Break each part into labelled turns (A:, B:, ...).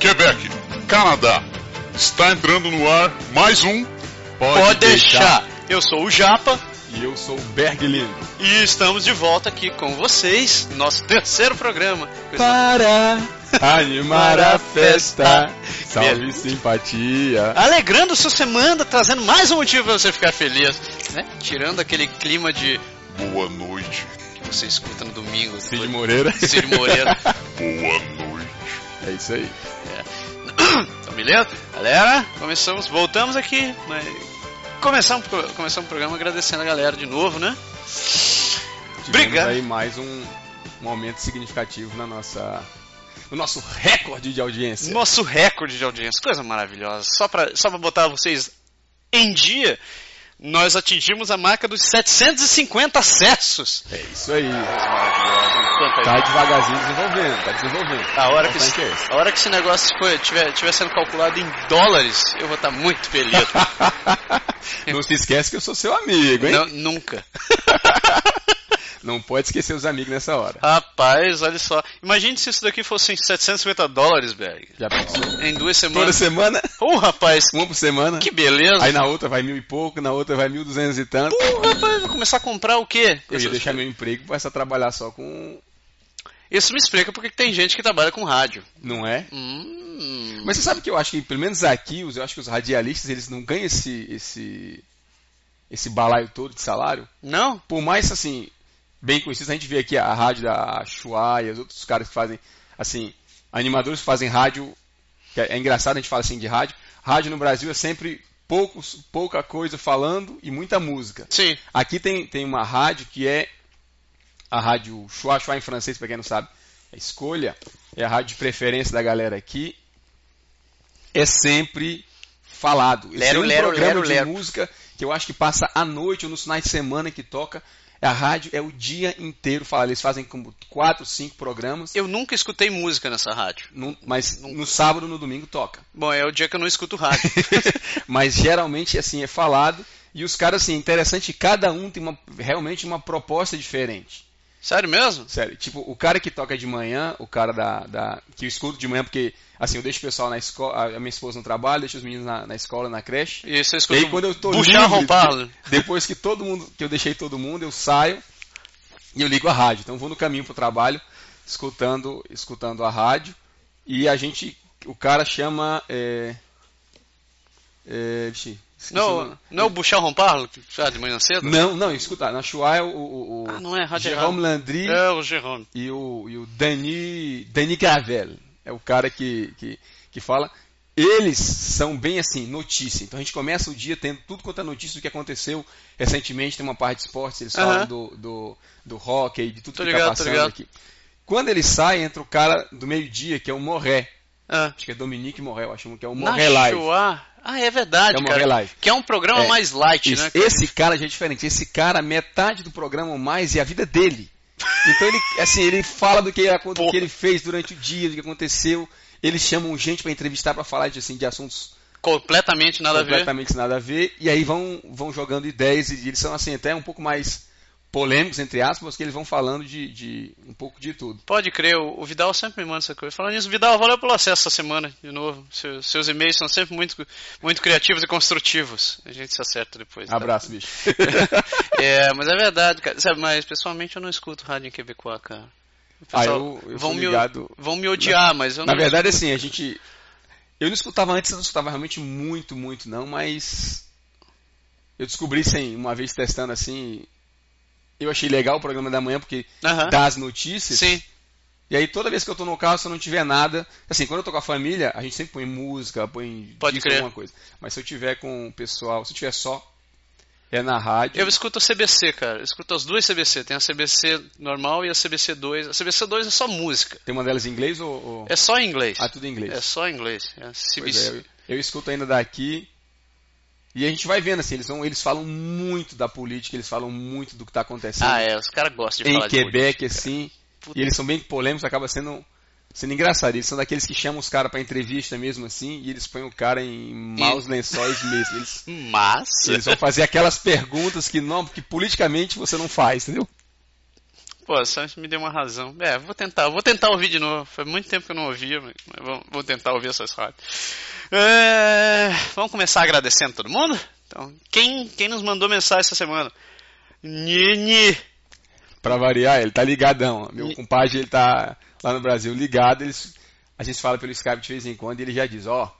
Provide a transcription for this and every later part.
A: Quebec, Canadá. Está entrando no ar mais um.
B: Pode, deixar. Eu sou o Japa
C: E eu sou o Berglin.
B: e estamos de volta aqui com vocês, nosso terceiro programa. Coisa-
C: Para animar a festa.
B: Beleza.
C: Salve simpatia.
B: Alegrando sua semana, trazendo mais um motivo pra você ficar feliz, né? Tirando aquele clima de
A: Boa noite.
B: que você escuta no domingo.
C: Cid Moreira.
B: Cid Moreira.
A: Boa noite.
C: É isso aí.
B: Então, beleza? Galera, começamos, voltamos aqui, mas começamos, começamos o programa agradecendo a galera de novo, né?
C: Tivemos
B: Obrigado.
C: aí mais um, um aumento significativo na nossa... No nosso recorde de audiência.
B: Nosso recorde de audiência, coisa maravilhosa. Só pra, só pra botar vocês em dia, nós atingimos a marca dos 750 acessos.
C: É isso aí.
B: Quanto aí?
C: Tá devagarzinho desenvolvendo, tá desenvolvendo.
B: A hora, que
C: Importante
B: esse,
C: é esse.
B: a hora que esse negócio foi, tiver, tiver sendo calculado em dólares, eu vou estar muito feliz.
C: Não se esquece que eu sou seu amigo, hein?
B: Não, nunca.
C: Não pode esquecer os amigos nessa hora.
B: Rapaz, olha só. Imagine se isso daqui fosse em 750 dólares, Berg.
C: Já pensou?
B: Em duas
C: Toda
B: semanas.
C: semana,
B: Ô, rapaz,
C: uma por semana.
B: que beleza.
C: Aí na outra vai mil e pouco, na outra vai mil duzentos e tanto.
B: Pô, rapaz, vou começar a comprar o quê?
C: Eu ia deixar meu emprego e começar a trabalhar só com.
B: Isso me explica porque que tem gente que trabalha com rádio.
C: Não é?
B: Hum.
C: Mas você sabe que eu acho que, pelo menos aqui, os- eu acho que os radialistas eles não ganham esse. esse. esse balaio todo de salário.
B: Não?
C: Por mais assim, bem conhecidos, a gente vê aqui a rádio da Chua e os outros caras que fazem. assim, animadores que fazem rádio. que é é engraçado a gente fala assim de rádio. Rádio no Brasil é sempre poucos, pouca coisa falando e muita música.
B: Sim.
C: Aqui tem, tem uma rádio que é a rádio Chua Chua em francês, pra quem não sabe, é escolha. É a rádio de preferência da galera aqui. É sempre falado. Esse
B: Lero,
C: é um
B: lero,
C: programa
B: lero,
C: de
B: lero.
C: música que eu acho que passa à noite ou nos finais de semana que toca. A rádio é o dia inteiro falado. Eles fazem como quatro, cinco programas,
B: Eu nunca escutei música nessa rádio.
C: num- mas no sábado, no domingo toca.
B: Bom, é o dia que eu não escuto rádio.
C: Mas geralmente assim é falado e os caras assim, interessante, cada um tem uma, realmente uma proposta diferente.
B: Sério mesmo?
C: Sério, tipo, o cara que toca de manhã, o cara da, da- que eu escuto de manhã, porque assim, eu deixo o pessoal na escola, a minha esposa no trabalho, deixo os meninos na, na escola, na creche.
B: Isso eu
C: E
B: escuto.
C: aí quando eu tô
B: Puxar
C: livre,
B: roubado.
C: depois que todo mundo, que eu deixei todo mundo, eu saio e eu ligo a rádio. Então eu vou no caminho pro trabalho, escutando, escutando a rádio. E a gente, o cara chama é, é, vixe, esqueci o
B: Não,
C: nome.
B: não é o Buchar Romparlo? que faz de manhã cedo?
C: não, não, escuta, na Chua é o, o, o
B: Ah, não é, rádio
C: Jerome Landry.
B: É o Jerome.
C: e o, e o Dani, Dani Gravel, é o cara que, que, que fala. Eles são bem assim, notícia. Então a gente começa o dia tendo tudo quanto é notícia do que aconteceu recentemente. Tem uma parte de esportes, eles
B: Aham.
C: falam do, do, do hockey, de tudo
B: Tô
C: que
B: ligado, tô
C: tá passando
B: ligado.
C: aqui. Quando ele sai, entra o cara do meio-dia, que é o Morré.
B: Ah.
C: Acho que é Dominique Morré, eu acho que é o
B: Na
C: Morré Live.
B: Shoah. Ah, é verdade,
C: É o Morré
B: cara.
C: Live.
B: Que é um programa
C: É.
B: mais light,
C: Isso.
B: né? cara?
C: Esse cara já é diferente. Esse cara, metade do programa ou mais é a vida dele. Então ele, assim, ele fala do que, do
B: Porra.
C: que ele fez durante o dia, do que aconteceu. Eles chamam gente pra entrevistar pra falar de, assim, de assuntos
B: Completamente nada a ver.
C: completamente nada a ver. E aí vão, vão jogando ideias e eles são assim até um pouco mais polêmicos entre aspas, que eles vão falando de, de um pouco de tudo.
B: Pode crer, o o Vidal sempre me manda essa coisa. Falando nisso, Vidal, valeu pelo acesso essa semana, de novo. Seu- seus e-mails são sempre muito, muito criativos e construtivos. A gente se acerta depois. tá?
C: Abraço, bicho.
B: É, mas é verdade, cara. Sabe, mas pessoalmente eu não escuto rádio em Quebecois, cara. O
C: Ah,
B: pessoal
C: eu, eu
B: vão,
C: fui
B: me,
C: ligado.
B: vão me odiar, mas eu
C: Na
B: Então, não.
C: verdade, assim, a gente. Eu não escutava antes, eu não escutava realmente muito, muito, não, mas. Eu descobri, sim, uma vez testando assim. Eu achei legal o programa da manhã, porque
B: Aham.
C: dá as notícias.
B: Sim,
C: E aí, toda vez que eu tô no carro, se eu não tiver nada. Assim, quando eu tô com a família, a gente sempre põe música, põe
B: Pode
C: disco,
B: crer.
C: alguma coisa. Mas se eu tiver com o pessoal, se eu tiver só, é na rádio.
B: eu escuto a CBC, cara. Eu escuto as duas CBC. Tem a CBC normal e a CBC2. A CBC2 é só música.
C: Tem uma delas em inglês ou. ou-
B: É só em inglês.
C: Ah, tudo em inglês.
B: É só em inglês. É
C: Pois é,
B: CBC.
C: eu, eu escuto ainda daqui. E a gente vai vendo, assim, eles, vão, eles falam muito da política, eles falam muito do que está acontecendo
B: ah, é. Os caras gostam de
C: em
B: falar de
C: Quebec, assim.
B: Puta.
C: E eles são bem polêmicos, acaba sendo, sendo engraçado. Eles são daqueles que chamam os caras pra entrevista mesmo, assim, e eles põem o cara em maus lençóis mesmo. Eles,
B: política. Mas.
C: eles vão fazer aquelas perguntas que não, que politicamente você não faz, entendeu?
B: Pô, só me deu uma razão. É, vou tentar, vou tentar ouvir de novo. Foi muito tempo que eu não ouvia, mas vou, vou tentar ouvir essas rádios. É, vamos começar agradecendo todo mundo? Então, quem, quem nos mandou mensagem essa semana? Nini!
C: Pra variar, ele tá ligadão. Meu
B: E-
C: compadre, ele tá lá no Brasil ligado. Eles, a gente fala pelo Skype de vez em quando e ele já diz: Ó,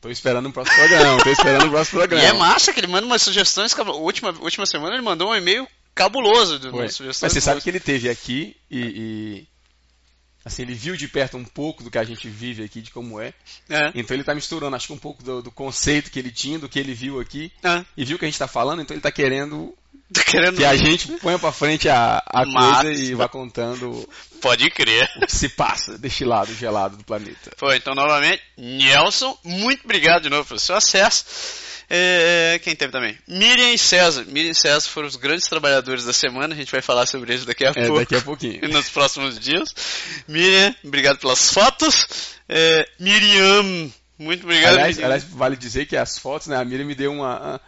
C: tô esperando o próximo programa, tô esperando o próximo
B: E
C: programa.
B: é massa que ele manda umas sugestões. cabul- Última, última semana ele mandou um e-mail cabuloso de
C: Foi.
B: umas
C: Mas
B: sugestões.
C: você sabe que ele teve aqui e, e, assim ele viu de perto um pouco do que a gente vive aqui, de como é.
B: É,
C: Então ele tá misturando, acho que um pouco do, do conceito que ele tinha, do que ele viu aqui
B: é.
C: e viu o que a gente tá falando. Então ele tá querendo
B: Tô querendo.
C: que a gente ponha pra frente a, a
B: Mas-
C: coisa e vá contando
B: Pode crer.
C: o que se passa deste lado gelado do planeta.
B: Foi, então novamente, Nelson, muito obrigado de novo pelo seu acesso. É, quem teve também? Miriam e César. Miriam e César foram os grandes trabalhadores da semana, a gente vai falar sobre eles daqui a
C: É,
B: pouco.
C: daqui a pouquinho.
B: E nos próximos dias. Miriam, obrigado pelas fotos. É, Miriam, muito obrigado.
C: Aliás,
B: Miriam.
C: aliás, vale dizer que as fotos, né? A Miriam me deu uma,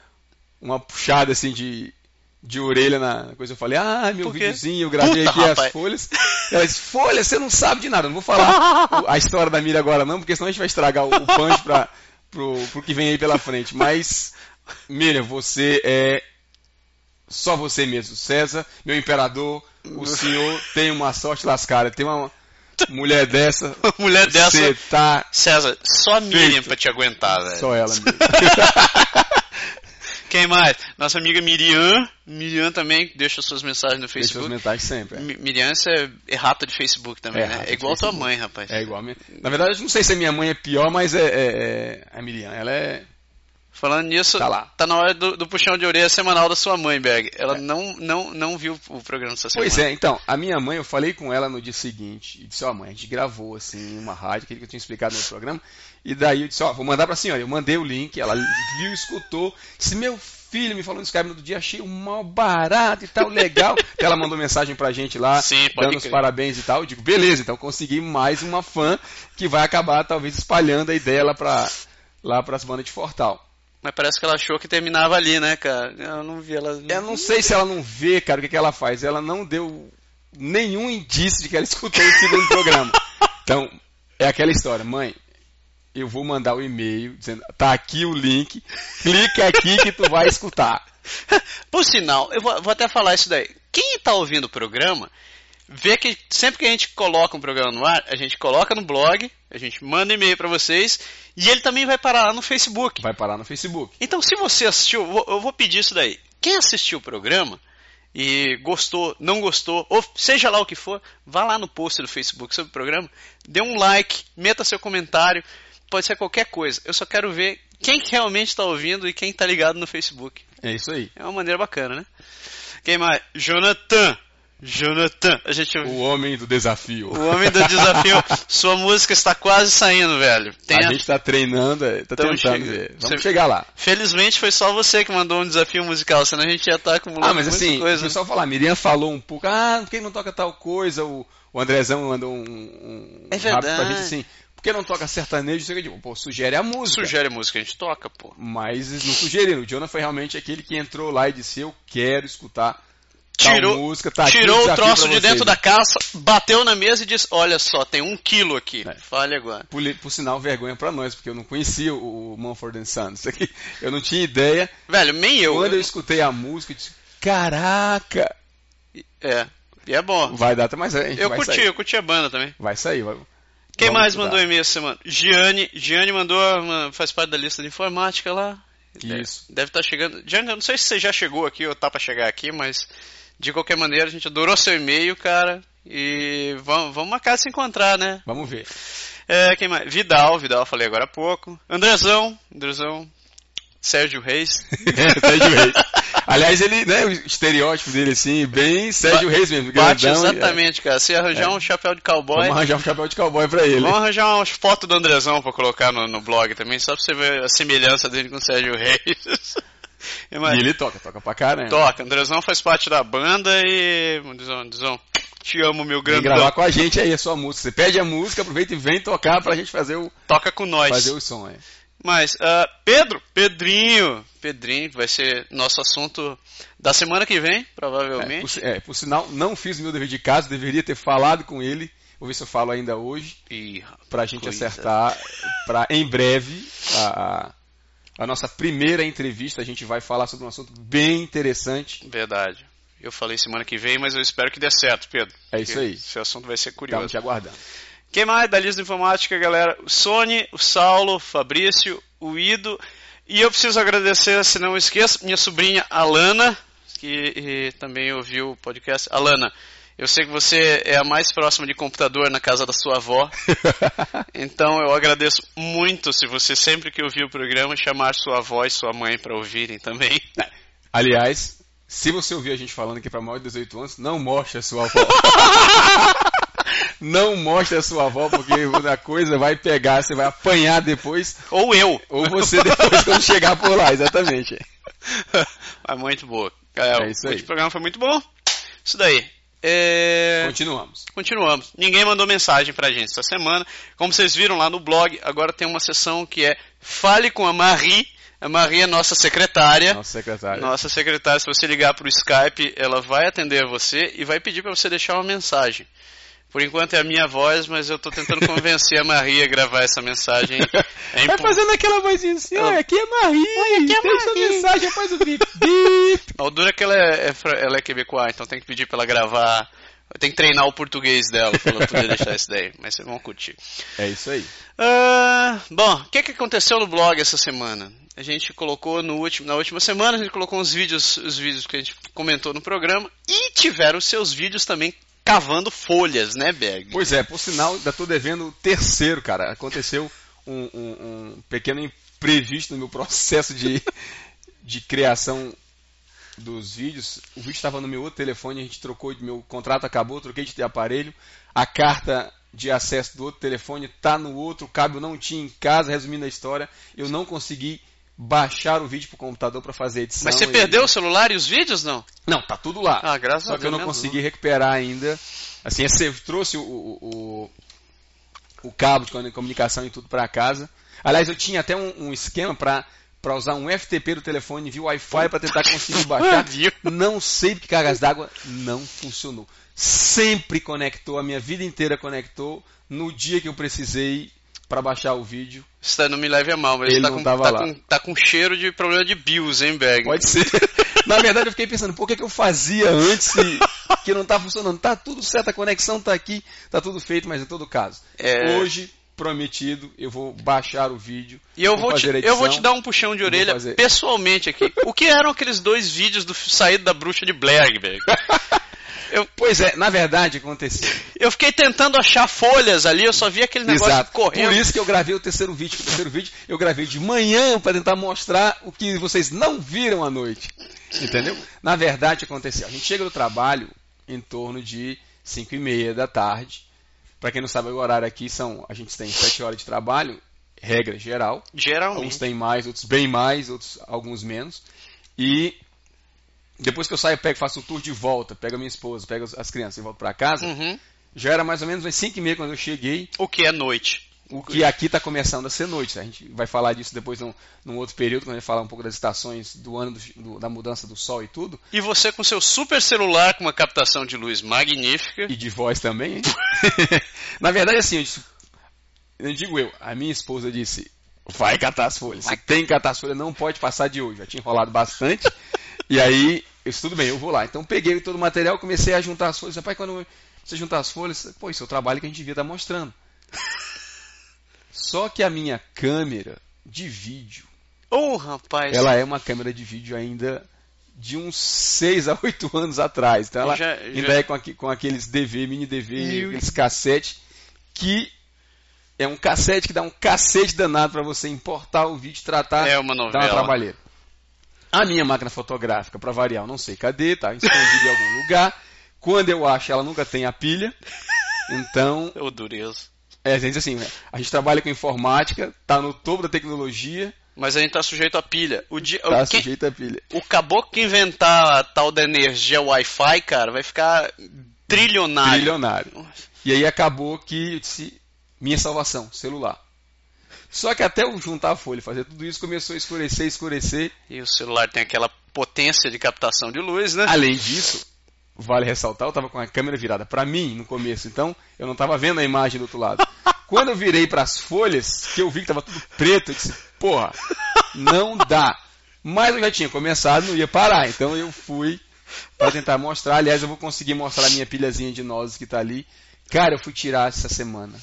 C: uma puxada assim de, de orelha na coisa. Eu falei, ah, meu
B: Por quê?
C: videozinho, eu gravei
B: Puta,
C: aqui
B: rapaz.
C: as folhas. Ela disse, folha, você não sabe de nada, não vou falar o- a história da Miriam agora, não, porque senão a gente vai estragar o, o punch pra, pro, pro que vem aí pela frente. Mas, Miriam, você é só você mesmo, César, meu imperador, o senhor tem uma sorte lascada, tem uma mulher dessa.
B: Uma mulher dessa.
C: Você tá
B: César, só a Miriam
C: Feito.
B: pra te aguentar, velho.
C: É. só ela, Miriam.
B: Quem mais? Nossa amiga Miriam. Miriam também deixa suas mensagens no
C: Deixa os
B: Facebook.
C: mentais sempre. é.
B: Mi- Miriam, você é errata de Facebook também,
C: É
B: né?
C: errata de
B: É igual a tua
C: Facebook.
B: mãe, rapaz.
C: É igual a minha. Na verdade, eu não sei se a minha mãe é pior, mas é, é- é- a Miriam, ela é.
B: Falando nisso,
C: Tá lá. É.
B: na hora do, do puxão de orelha semanal da sua mãe, Berg. Ela não, não, não viu o programa dessa semana.
C: Pois é, então, a minha mãe, eu falei com ela no dia seguinte, e disse, ó, mãe, a gente gravou assim uma rádio, aquele que eu tinha explicado no outro programa, e daí eu disse, ó, vou mandar pra senhora. Eu mandei o link, ela viu, escutou, disse, meu filho me falou no Skype no outro dia, achei o mal barato e tal, legal. ela mandou mensagem pra gente lá,
B: Sim, pode
C: dando os
B: crer.
C: parabéns e tal. Eu digo, beleza, então consegui mais uma fã que vai acabar talvez espalhando a ideia lá pra, lá pra semana de Fortal.
B: Mas parece que ela achou que terminava ali, né, cara? Eu não vi ela.
C: Eu não sei se ela não vê, cara, o que, que ela faz. Ela não deu nenhum indício de que ela escutou o segundo programa. Então, é aquela história. Mãe, eu vou mandar o e-mail dizendo, tá aqui o link, clica aqui que tu vai escutar.
B: Por sinal, eu vou, vou até falar isso daí. Quem tá ouvindo o programa, vê que sempre que a gente coloca um programa no ar, a gente coloca no blog, a gente manda e-mail pra vocês, e ele também vai parar lá no Facebook.
C: Vai parar no Facebook.
B: Então, se você assistiu, eu vou- eu vou pedir isso daí. Quem assistiu o programa e gostou, não gostou, ou seja lá o que for, vá lá no post do Facebook sobre o programa, dê um like, meta seu comentário, pode ser qualquer coisa. Eu só quero ver quem que realmente está ouvindo e quem está ligado no Facebook.
C: É isso aí.
B: É uma maneira bacana, né? Quem mais? Jonathan. Jonathan. A gente
C: O homem do desafio.
B: o homem do desafio. Sua música está quase saindo, velho. Tem
C: A
B: a-
C: gente tá treinando, é, tá
B: Tamo
C: tentando.
B: chegando.
C: é, Vamos
B: Você-
C: chegar lá.
B: Felizmente foi só você que mandou um desafio musical, senão a gente ia estar acumulando
C: Ah, mas
B: muita
C: assim,
B: coisa.
C: o pessoal fala, a Miriam falou um pouco, ah, por que não toca tal coisa? O, o Andrezão mandou um, um
B: É
C: um rápido pra
B: verdade.
C: gente assim, por que não toca sertanejo? Eu digo, pô, sugere a música.
B: Sugere música, a gente toca, pô.
C: Mas eles não sugeriram. O Jonathan foi realmente aquele que entrou lá e disse, eu quero escutar
B: Tirou-
C: tal música, tá aqui
B: Tirou o
C: desafio
B: troço
C: pra
B: de
C: vocês.
B: dentro da caça, bateu na mesa e disse: Olha só, tem um quilo aqui.
C: É.
B: Fale agora.
C: Por, li- por sinal, vergonha pra nós, porque eu não conhecia o, o Mumford and Sons. Eu não tinha ideia.
B: Velho, nem eu.
C: Quando eu escutei a música, eu disse, caraca,
B: É, e é bom.
C: vai dar, até mais a gente
B: Eu
C: vai
B: curti,
C: sair.
B: eu curti a banda também.
C: Vai sair. vai-
B: Quem
C: vamos
B: mais
C: estudar.
B: mandou e-mail essa semana? Gianni. Gianni mandou, uma- faz parte da lista de informática lá.
C: Isso.
B: Deve estar chegando. Gianni, eu não sei se você já chegou aqui ou tá pra chegar aqui, mas de qualquer maneira, a gente adorou seu e-mail, cara. E vamos, vamos marcar de se encontrar, né?
C: Vamos ver.
B: É, quem mais? Vidal, Vidal, falei agora há pouco. Andrezão, Andrezão. Sérgio Reis.
C: É, Sérgio Reis. Aliás, ele, né, o estereótipo dele, assim, bem Sérgio Reis mesmo,
B: Bate
C: grandão.
B: exatamente, cara. Se arranjar um chapéu de
C: é.
B: cowboy.
C: Vamos arranjar um chapéu de cowboy pra ele.
B: Vamos arranjar umas fotos do Andrezão pra colocar no, no blog também, só pra você ver a semelhança dele com o Sérgio Reis. E, mas,
C: E ele toca, toca pra caramba.
B: É. Toca, Andrezão faz parte da banda e. Andrezão, Andrezão, te amo, meu
C: Vem
B: grandão.
C: gravar com a gente aí a sua música. Você pede a música, aproveita e vem tocar pra gente fazer o,
B: Toca com nós.
C: fazer o som. É.
B: Mas, ah, Pedro, Pedrinho, Pedrinho, que vai ser nosso assunto da semana que vem,
C: É,
B: provavelmente.
C: por, si- é, por sinal, não fiz o meu dever de casa, deveria ter falado com ele. Vou ver se eu falo ainda hoje.
B: Ih,
C: para a gente
B: coisa.
C: acertar para em breve a, a- a nossa primeira entrevista. A gente vai falar sobre um assunto bem interessante.
B: Verdade. Eu falei semana que vem, mas eu espero que dê certo, Pedro.
C: É isso
B: porque
C: aí. Tá
B: Esse assunto vai ser curioso.
C: Estamos te aguardando.
B: Quem mais da lista de informática, galera? O Sony, o Saulo, o Fabrício, o Ido. E eu preciso agradecer, se não esqueça, minha sobrinha Alana, que eh, também ouviu o podcast. Alana, eu sei que você é a mais próxima de computador na casa da sua avó. Então eu agradeço muito se você sempre que ouvir o programa chamar sua avó e sua mãe para ouvirem também.
C: Aliás, se você ouvir a gente falando que para maior de 18 anos, não mostre a sua avó. não mostre a sua avó, porque a coisa vai pegar, você vai apanhar depois,
B: Ou eu.
C: ou você depois quando chegar por lá, exatamente.
B: Mas É muito boa. Galera,
C: É isso aí.
B: O programa foi muito bom. Isso daí. É...
C: Continuamos.
B: Continuamos. Ninguém mandou mensagem pra gente essa semana. Como vocês viram lá no blog, agora tem uma sessão que é Fale com a Marie. A Marie é nossa secretária.
C: Nosso secretário.
B: É. Nossa secretária, se você ligar pro Skype, ela vai atender a você e vai pedir pra você deixar uma mensagem. Por enquanto é a minha voz, mas eu tô tentando convencer a Marie a gravar essa mensagem. É
C: Vai
B: impo-
C: fazendo aquela vozinha assim,
B: Ela-
C: olha, aqui é Marie,
B: aqui é
C: deixa
B: Marie."
C: a mensagem, faz o bip, bip.
B: A dura é que ela é, é fra- ela é quebecoa, então tem que pedir pra ela gravar. Tem que treinar o português dela pra ela poder deixar isso daí. Mas vocês vão curtir.
C: É isso aí.
B: Ah, bom, o que, que aconteceu no blog essa semana? A gente colocou no último, na última semana, a gente colocou uns vídeos, os vídeos que a gente comentou no programa e tiveram seus vídeos também cavando folhas, né, Berg?
C: Pois é, por sinal, ainda tô devendo o terceiro, cara. Aconteceu um, um- um pequeno imprevisto no meu processo de, de criação dos vídeos. O vídeo estava no meu outro telefone, a gente trocou, de- meu contrato acabou, eu troquei de aparelho. A carta de acesso do outro telefone tá no outro, o cabo eu não tinha em casa, resumindo a história, eu não consegui baixar o vídeo pro computador para fazer a edição.
B: Mas você
C: e-
B: perdeu o celular e os vídeos, não?
C: Não, tá tudo lá.
B: Ah, graças a
C: Só que eu
B: Deus,
C: não
B: menos
C: consegui recuperar ainda. Assim, esse- eu trouxe o, o, o- o cabo de comunicação e tudo para casa. Aliás, eu tinha até um, um esquema para para usar um FTP do telefone via Wi-Fi para tentar conseguir baixar.
B: Viu?
C: Não sei porque cargas d'água não funcionou. Sempre conectou, a minha vida inteira conectou. No dia que eu precisei para baixar o vídeo,
B: Isso daí não me leve a mal, mas
C: Ele
B: tá
C: não
B: com,
C: tava
B: tá,
C: lá.
B: com, tá com cheiro de problema de BIOS, hein, Berg?
C: Pode ser. Na verdade, eu fiquei pensando, por que, que eu fazia antes e que não tá funcionando? Tá tudo certo, a conexão tá aqui, tá tudo feito, mas em todo caso.
B: É.
C: Hoje, prometido, eu vou baixar o vídeo.
B: E eu vou, te,
C: fazer a
B: eu vou te
C: edição.
B: dar um puxão de orelha
C: fazer.
B: pessoalmente aqui. O que eram aqueles dois vídeos do saído da bruxa de Blair, Berg? Eu,
C: Pois é, na verdade aconteceu.
B: Eu fiquei tentando achar folhas ali, eu só vi aquele negócio
C: Exato.
B: correndo.
C: Por isso que eu gravei o terceiro vídeo. O terceiro vídeo eu gravei de manhã para tentar mostrar o que vocês não viram à noite. Entendeu? Na verdade, aconteceu. A gente chega do trabalho em torno de 5 e meia da tarde. Para quem não sabe, o horário aqui são... A gente tem 7 horas de trabalho, regra geral. Alguns
B: Geralmente.
C: têm mais, outros bem mais, outros alguns menos. E depois que eu saio, eu pego, faço o tour de volta, pego a minha esposa, pego as- as crianças e volto para casa.
B: Uhum.
C: Já era mais ou menos umas 5 e meia quando eu cheguei.
B: O que é noite?
C: O que aqui está começando a ser noite. né? A gente vai falar disso depois num, num outro período, quando a gente falar um pouco das estações do ano, do- do- da mudança do sol e tudo.
B: E você com seu super celular com uma captação de luz magnífica.
C: E de voz também, hein? Na verdade, assim, eu, disse, eu digo eu, a minha esposa disse, vai catar as folhas. Você tem que catar as folhas, não pode passar de hoje. Já tinha enrolado bastante. e aí, eu disse, tudo bem, eu vou lá. Então peguei todo o material, comecei a juntar as folhas. Rapaz, quando você juntar as folhas, pô, isso é o trabalho que a gente devia estar mostrando. Só que a minha câmera de vídeo
B: Oh, rapaz.
C: ela é uma câmera de vídeo ainda de uns 6 a 8 anos atrás. Então ela
B: Já-
C: ainda
B: já-
C: é com, aque- com aqueles DV, mini DV,
B: Meu
C: aqueles cassete, que é um cassete que dá um cacete danado para você importar o vídeo, tratar,
B: É uma
C: dá uma
B: novela.
C: trabalheira. A minha máquina fotográfica, para variar, eu não sei cadê, tá escondida em algum lugar. Quando eu acho, ela nunca tem a pilha. Então,
B: Ô, dureza.
C: é, a gente assim, a gente trabalha com informática, tá no topo da tecnologia,
B: Mas a gente tá sujeito à pilha. O, dia,
C: tá
B: o, que-
C: sujeito à pilha.
B: o caboclo que inventar a tal da energia Wi-Fi, cara, vai ficar trilionário.
C: Trilionário. E aí acabou que eu disse, minha salvação, celular. Só que até eu juntar a folha e fazer tudo isso, começou a escurecer, escurecer.
B: E o celular tem aquela potência de captação de luz, né?
C: Além disso, vale ressaltar, eu estava com a câmera virada para mim no começo, então eu não estava vendo a imagem do outro lado. Quando eu virei para as folhas, que eu vi que estava tudo preto, eu disse, porra, não dá. Mas eu já tinha começado, não ia parar, então eu fui para tentar mostrar. Aliás, eu vou conseguir mostrar a minha pilhazinha de nozes que está ali. Cara, eu fui tirar essa semana.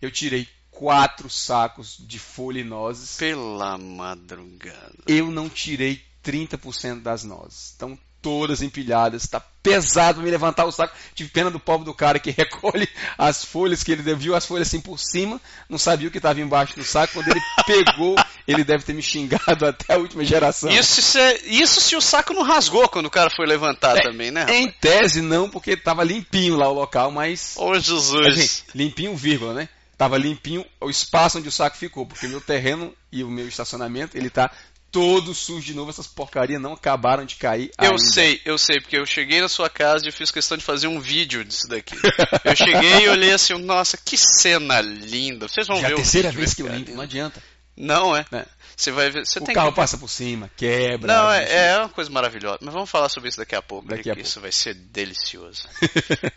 C: Eu tirei quatro sacos de folha e nozes.
B: Pela madrugada.
C: Eu não tirei 30% das nozes. Estão todas empilhadas. Está pesado pra me levantar o saco. Tive pena do pobre do cara que recolhe as folhas, que ele viu as folhas assim por cima, não sabia o que estava embaixo do saco. Quando ele pegou, ele deve ter me xingado até a última geração.
B: Isso se, é, isso se o saco não rasgou quando o cara foi levantar
C: É,
B: também, né?
C: Em tese não, porque estava limpinho lá o local, mas
B: Ô Jesus.
C: Assim, limpinho, vírgula, né? Tava limpinho o espaço onde o saco ficou, porque meu terreno e o meu estacionamento, ele tá todo sujo de novo, essas porcarias não acabaram de cair
B: eu
C: ainda.
B: sei, eu sei, porque eu cheguei na sua casa e fiz questão de fazer um vídeo disso daqui. Eu cheguei e olhei assim, nossa, que cena linda. Vocês vão
C: Já é
B: ver
C: a
B: o
C: terceira
B: vídeo,
C: vez
B: vai
C: que eu
B: ficar
C: limpo, não
B: lindo.
C: adianta.
B: Não é.
C: né?
B: Você vai ver, você
C: O
B: né, tem
C: carro
B: que...
C: passa por cima, quebra.
B: Não, é,
C: enfim.
B: é uma coisa maravilhosa. Mas vamos falar sobre isso daqui a pouco, né,
C: Daqui
B: que
C: a pouco.
B: isso vai ser delicioso.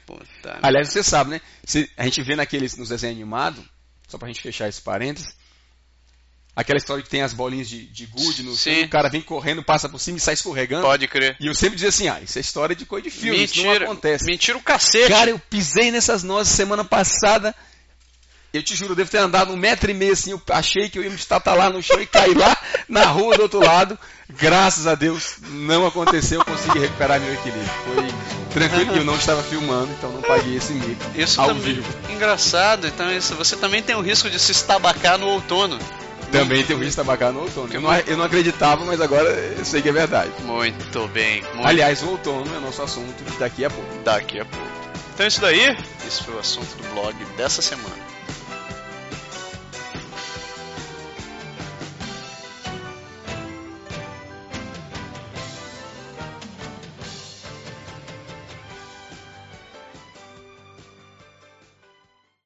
B: Puta
C: Aliás, você sabe, né? Se a gente vê naqueles, nos desenhos animados, só pra gente fechar esse parênteses, aquela história que tem as bolinhas de, de gude no
B: Sim.
C: filme, o cara vem correndo, passa por cima e sai escorregando.
B: Pode crer.
C: E eu sempre dizia assim, ah, isso é história de coisa de filme, isso não acontece.
B: mentira o cacete.
C: Cara, eu pisei nessas nozes semana passada. Eu te juro, eu devo ter andado um metro e meio assim. Eu achei que eu ia me estatalar no chão e cair lá na rua do outro lado. Graças a Deus não aconteceu. Eu consegui recuperar meu equilíbrio. Foi tranquilo. E eu não estava filmando, então não paguei esse mico.
B: Isso
C: ao
B: também.
C: vivo.
B: Engraçado, então isso, você também tem o risco de se estabacar no outono.
C: Também tem o risco de tabacar no outono. Eu não, eu não acreditava, mas agora eu sei que é verdade.
B: Muito bem. Muito
C: Aliás, o outono é nosso assunto de daqui a pouco.
B: daqui a pouco. Então é isso daí. Esse foi o assunto do blog dessa semana.